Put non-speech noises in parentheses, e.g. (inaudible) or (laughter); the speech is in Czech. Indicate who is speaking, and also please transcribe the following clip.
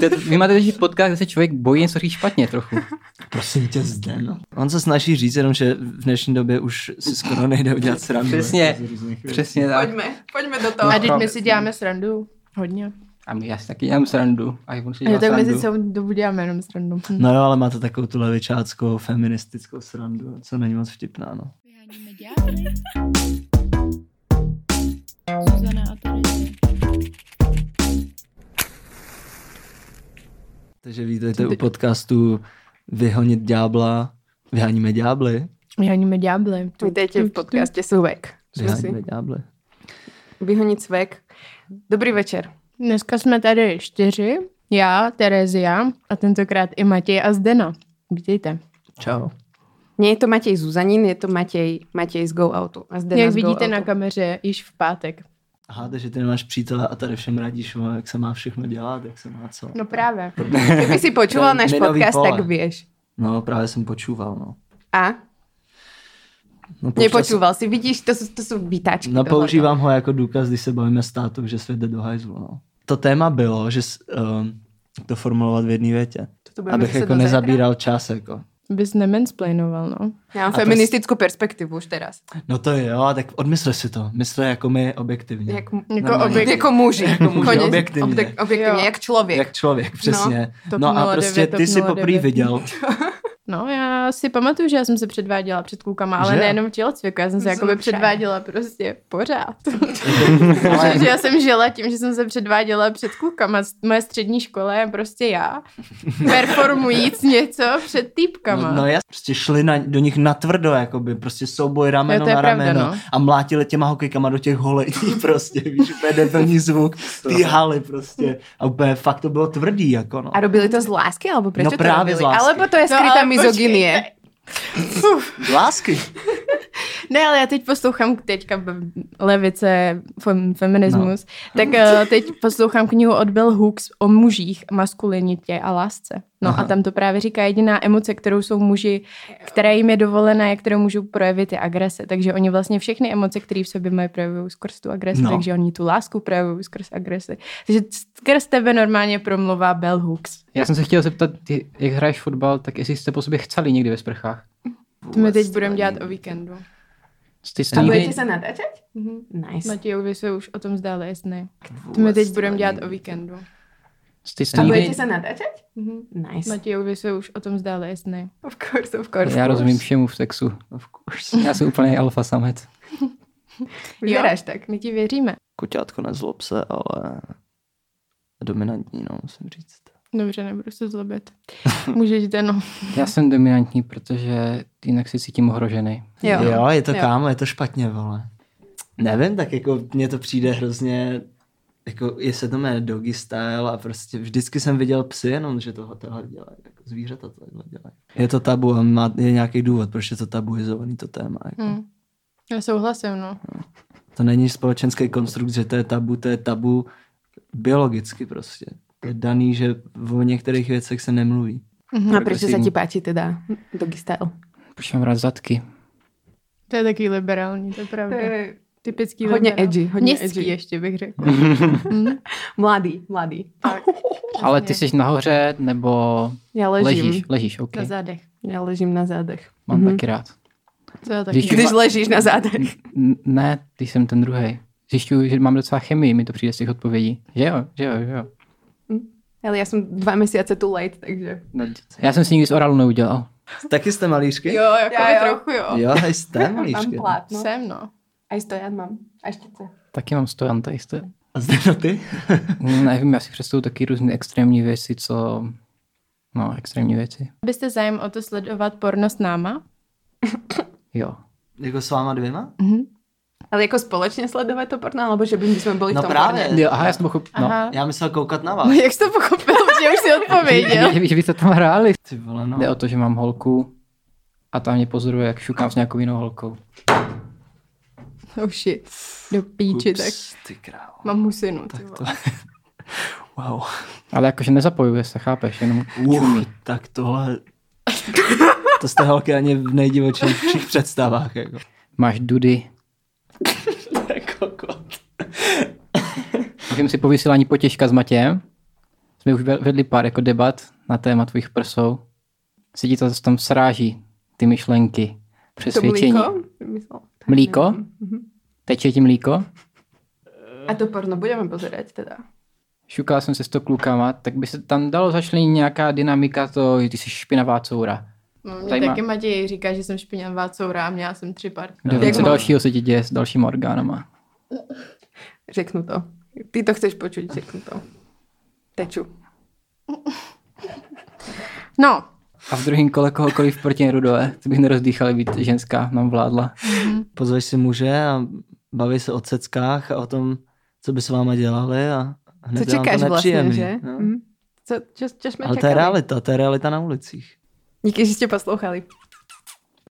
Speaker 1: To je, vy máte teď podcast, kde se člověk bojí něco říct špatně trochu.
Speaker 2: Prosím tě, zde, no. On se snaží říct jenom, že v dnešní době už si skoro nejde (laughs) udělat srandu.
Speaker 1: Přesně,
Speaker 2: Z různých věcí.
Speaker 1: přesně tak.
Speaker 3: Pojďme, pojďme do toho.
Speaker 1: No,
Speaker 4: A teď
Speaker 1: právě.
Speaker 4: my si děláme srandu. Hodně.
Speaker 1: A my já si taky dělám srandu. A i on si
Speaker 4: Jo,
Speaker 1: dělá
Speaker 4: No, tak my si
Speaker 1: srandu.
Speaker 4: celou dobu děláme jenom srandu. Hm.
Speaker 2: No jo, ale máte takovou tu levičáckou, feministickou srandu, co není moc vtipná, no.
Speaker 5: Vyháníme ďábly. Zuzana a Tereza.
Speaker 2: Takže vítejte u podcastu Vyhonit ďábla, vyháníme ďábly.
Speaker 4: Vyháníme ďábly.
Speaker 3: Vítejte v podcastě Suvek. Jsme si
Speaker 2: Vyháníme ďábly.
Speaker 3: vyhonit svek. Dobrý večer.
Speaker 4: Dneska jsme tady čtyři. Já, Terezia a tentokrát i Matěj a Zdena. Vítejte.
Speaker 2: Čau.
Speaker 3: Nie je to Matěj Zuzanin, je to Matěj, Matěj z Go Outu. A zde
Speaker 4: Jak
Speaker 3: z Go
Speaker 4: vidíte
Speaker 3: Outu.
Speaker 4: na kameře, již v pátek.
Speaker 2: Aha, takže ty nemáš přítele a tady všem radíš, vole, jak se má všechno dělat, jak se má co.
Speaker 4: No právě.
Speaker 3: Kdyby si počula
Speaker 2: To je
Speaker 3: náš
Speaker 2: minový
Speaker 3: podcast,
Speaker 2: pole.
Speaker 3: tak vieš.
Speaker 2: No, právě jsem počúval, no.
Speaker 3: A?
Speaker 2: no pouštěl
Speaker 3: Nepočúval si, vidíš, to jsou, to jsou
Speaker 2: jsem-
Speaker 3: vytáčky.
Speaker 2: No,
Speaker 3: tohleto.
Speaker 2: používám ho jako důkaz, když se bavíme s tátou, že svět jde do hajzlu, no. To téma bylo, že um, to formulovat v jedné větě.
Speaker 3: To budeme
Speaker 2: Abych
Speaker 3: zase
Speaker 2: jako
Speaker 3: do zajtra?
Speaker 2: nezabíral čas, jako.
Speaker 4: Bys nemansplainoval, no.
Speaker 3: Já mám
Speaker 2: A to-
Speaker 3: feministickou perspektivu už teraz.
Speaker 2: No to jo, tak odmysle si to. Mysle jako my objektivně.
Speaker 3: Jak,
Speaker 4: Jako
Speaker 2: Normálně.
Speaker 4: objekt.
Speaker 3: jako muži.
Speaker 2: Jako muži,
Speaker 3: Konec.
Speaker 2: objektivně.
Speaker 3: Obde- objektivně
Speaker 4: Jo.
Speaker 3: jak člověk.
Speaker 2: Jak člověk, přesně.
Speaker 4: TOP
Speaker 2: no a
Speaker 4: 09,
Speaker 2: prostě
Speaker 4: TOP
Speaker 2: ty si
Speaker 4: 09.
Speaker 2: poprý viděl.
Speaker 4: No, já si pamatuju, že já jsem se předváděla před klukama, ale
Speaker 2: Že?
Speaker 4: nejenom v tělocviku, já jsem se
Speaker 3: Zůstala.
Speaker 4: jakoby předváděla prostě pořád. že, že já jsem žila tím, že jsem se předváděla před klukama. Z- Moje střední škola je prostě já, performujíc něco před týpkama.
Speaker 2: No, no jas, prostě šli na, do nich natvrdo, jakoby, prostě souboj rameno
Speaker 4: Jo, to je
Speaker 2: na
Speaker 4: pravda,
Speaker 2: rameno
Speaker 4: no.
Speaker 2: a mlátili těma hokejkama do těch holejtí (laughs) prostě, víš, úplně debilní zvuk, ty haly prostě a úplně fakt to bylo tvrdý, jako no.
Speaker 3: A robili to z lásky, alebo prečo
Speaker 2: No právě
Speaker 3: to robili?
Speaker 2: z lásky.
Speaker 3: Alebo to je
Speaker 4: No,
Speaker 3: skrytá
Speaker 4: ale
Speaker 3: mizogynie.
Speaker 2: Lásky.
Speaker 4: Ne, ale já teď poslouchám teďka b- levice, fem, feminismus, no. tak eh, teď poslouchám knihu od Bill Hooks o mužích, maskulinitě a lásce. No Aha.
Speaker 2: Aha.
Speaker 4: a tam to právě říká jediná emoce, kterou jsou muži, která jim je dovolená, jak kterou můžou projevit, je agrese. Takže oni vlastně všechny emoce, které v sobě mají, projevují skrz tu agresi,
Speaker 2: No.
Speaker 4: no. takže oni tu lásku projevují skrz agresi. Takže skrz tebe normálně promluvá Bell Hooks.
Speaker 1: Já jsem se chtěl zeptat, ty, jak hraješ fotbal, tak jestli jste po sobě chceli někdy ve sprchách.
Speaker 4: To my teď budeme dělat o víkendu.
Speaker 1: Ty jste
Speaker 3: A
Speaker 1: nikdy-
Speaker 3: budete se natáčet?
Speaker 4: Mhm.
Speaker 3: Nice.
Speaker 4: Matějovi se už o tom zdále, jestli ne. To my teď budeme dělat o víkendu.
Speaker 1: Ty jste
Speaker 3: A
Speaker 1: nikdy-
Speaker 3: budete se natáčet?
Speaker 4: Mhm.
Speaker 3: Nice.
Speaker 4: Matějovi se už o tom zdále, jestli ne.
Speaker 3: Of course, of course.
Speaker 1: Já rozumím všemu v sexu.
Speaker 2: Of course.
Speaker 1: Já jsem úplně alfa samec.
Speaker 3: Vyberáš tak.
Speaker 4: My ti věříme.
Speaker 2: Koťátko nezlob se, ale dominantní, no, musím říct.
Speaker 4: Dobře, nebudu se zlobit. (laughs) Můžeš jít jenom.
Speaker 1: Já jsem dominantní, protože jinak se cítím ohrožený.
Speaker 3: Jo. Mhm.
Speaker 2: Jo, je to
Speaker 3: Jo.
Speaker 2: kámo, je to špatně, vole. Nevím, tak jako mně to přijde hrozně, jako je se to jmenuje doggy style a prostě vždycky jsem viděl psy jenom, že tohle, tohle dělají, jako zvířata tohle dělají. Je to tabu a má, je nějaký důvod, proč je to tabuizovaný to téma. Jako. Hmm.
Speaker 4: Hm. Já souhlasím, no.
Speaker 2: To není společenský konstrukt, že to je tabu, to je tabu biologicky prostě. To je daný, že o některých věcech se nemluví.
Speaker 3: A proč No, se
Speaker 1: Progresivní.
Speaker 3: ti páčí teda doggy style?
Speaker 1: Proč mám rád zadky?
Speaker 4: To je taky liberální, to
Speaker 3: (laughs)
Speaker 4: je pravda. Typický
Speaker 3: Hodně
Speaker 4: liberál.
Speaker 3: edgy, hodně
Speaker 4: Městský
Speaker 3: edgy.
Speaker 4: ještě bych (laughs) řekla.
Speaker 3: Mladý, mladý.
Speaker 1: Ale ty jsi nahoře nebo
Speaker 3: Já ležím.
Speaker 1: ležíš? Ležíš, OK.
Speaker 4: Na zádech.
Speaker 3: Já ležím na zádech.
Speaker 1: Mám
Speaker 3: Mhm.
Speaker 1: taky rád.
Speaker 4: To je taky.
Speaker 1: Když-
Speaker 3: Když ležíš na zádech. (laughs)
Speaker 1: N- ne, ty jsem ten druhý. Zjišťuju, že mám docela chemii, mi to přijde z těch odpovědí. Že jo, že jo, že jo.
Speaker 3: Ale já jsem dva měsíce too late, takže...
Speaker 1: No, Já jsem si nikdy z oralu neudělal.
Speaker 2: Taky jste malířky?
Speaker 4: Jo, jako
Speaker 3: Já jo.
Speaker 4: jo. trochu jo.
Speaker 2: Jo, hej, jste
Speaker 3: (laughs) Mám
Speaker 2: malířky.
Speaker 3: plátno.
Speaker 4: Jsem, no.
Speaker 3: A stojan mám. A štěce.
Speaker 1: Taky mám stojan, tady jste.
Speaker 2: A zde no (laughs) ty?
Speaker 1: Nevím, já si představuji taky různé extrémní věci, co... No, extrémní věci.
Speaker 4: Byste zájem o to sledovat porno s náma?
Speaker 1: Jo.
Speaker 2: jako s váma dvěma?
Speaker 3: Mhm. Ale jako společně sledovat to porno, alebo že by my jsme byli
Speaker 2: No
Speaker 3: v tom
Speaker 2: právě.
Speaker 3: porně?
Speaker 1: jo aha, já jsem pochopil. No.
Speaker 4: Aha.
Speaker 2: Já myslel koukat na vás.
Speaker 4: (laughs) Jak jsi to pochopil, že (laughs) už si odpověděl?
Speaker 1: Že, že, že byste tam hráli.
Speaker 2: Ty vole, no.
Speaker 1: Jde o to, že mám holku a ta mě pozoruje, jak šukám s nějakou jinou holkou.
Speaker 4: Oh shit. Do píči, tak.
Speaker 2: Ups, ty krávo.
Speaker 4: Mám husinu, ty vole.
Speaker 2: Wow.
Speaker 1: Ale jakože nezapojuje se, chápeš, jenom
Speaker 2: Uh, tak tohle... To jste holky ani v nejdivočejších představách. Jako.
Speaker 1: máš dudy. Můžeme si po vysílání potěžka s Matějem. jsme už vedli pár jako debat na téma tvých prsou. Se ti to tam sráží, ty myšlenky,
Speaker 3: To
Speaker 1: přesvědčení.
Speaker 3: mlíko? Jsem myslela. Tak
Speaker 1: Mlíko?
Speaker 3: nevím. Mhm.
Speaker 1: Teče ti mlíko?
Speaker 3: A to porno budeme pozerať teda.
Speaker 1: Šukala jsem se s to klukama, tak by se tam dalo začlenit nějaká dynamika to, že ty jsi špinavá coura.
Speaker 4: No, mě
Speaker 1: Zajímá-
Speaker 4: taky Matěj říká, že jsem špinavá coura a měla jsem tři párky.
Speaker 1: Kdo
Speaker 2: Jak
Speaker 1: ví, co
Speaker 3: moc?
Speaker 1: dalšího se ti děje s dalšíma orgánama.
Speaker 3: Řeknu to. Ty to chceš počuť, řeknu to. Teču.
Speaker 4: No,
Speaker 1: A v druhém kole kohokoliv proti Rudové, to bych nerozdýchal, být ženská nám vládla.
Speaker 2: Pozveš si muže a baví se o ceckách a o tom, co by s váma dělali a hned
Speaker 3: Co
Speaker 2: je vám
Speaker 3: čekáš
Speaker 2: to
Speaker 3: vlastně,
Speaker 2: nepříjemný.
Speaker 3: že?
Speaker 2: No.
Speaker 3: Mhm. Co, čo, čo jsme
Speaker 2: Ale to je
Speaker 3: čekali?
Speaker 2: realita, to je realita na ulicích.
Speaker 3: Díky, že jste poslouchali.